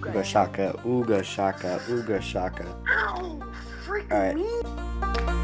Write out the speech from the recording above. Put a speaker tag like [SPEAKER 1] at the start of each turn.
[SPEAKER 1] Ooga shaka, ooga shaka, ooga shaka.
[SPEAKER 2] Ow! Freak
[SPEAKER 1] All right.
[SPEAKER 2] me!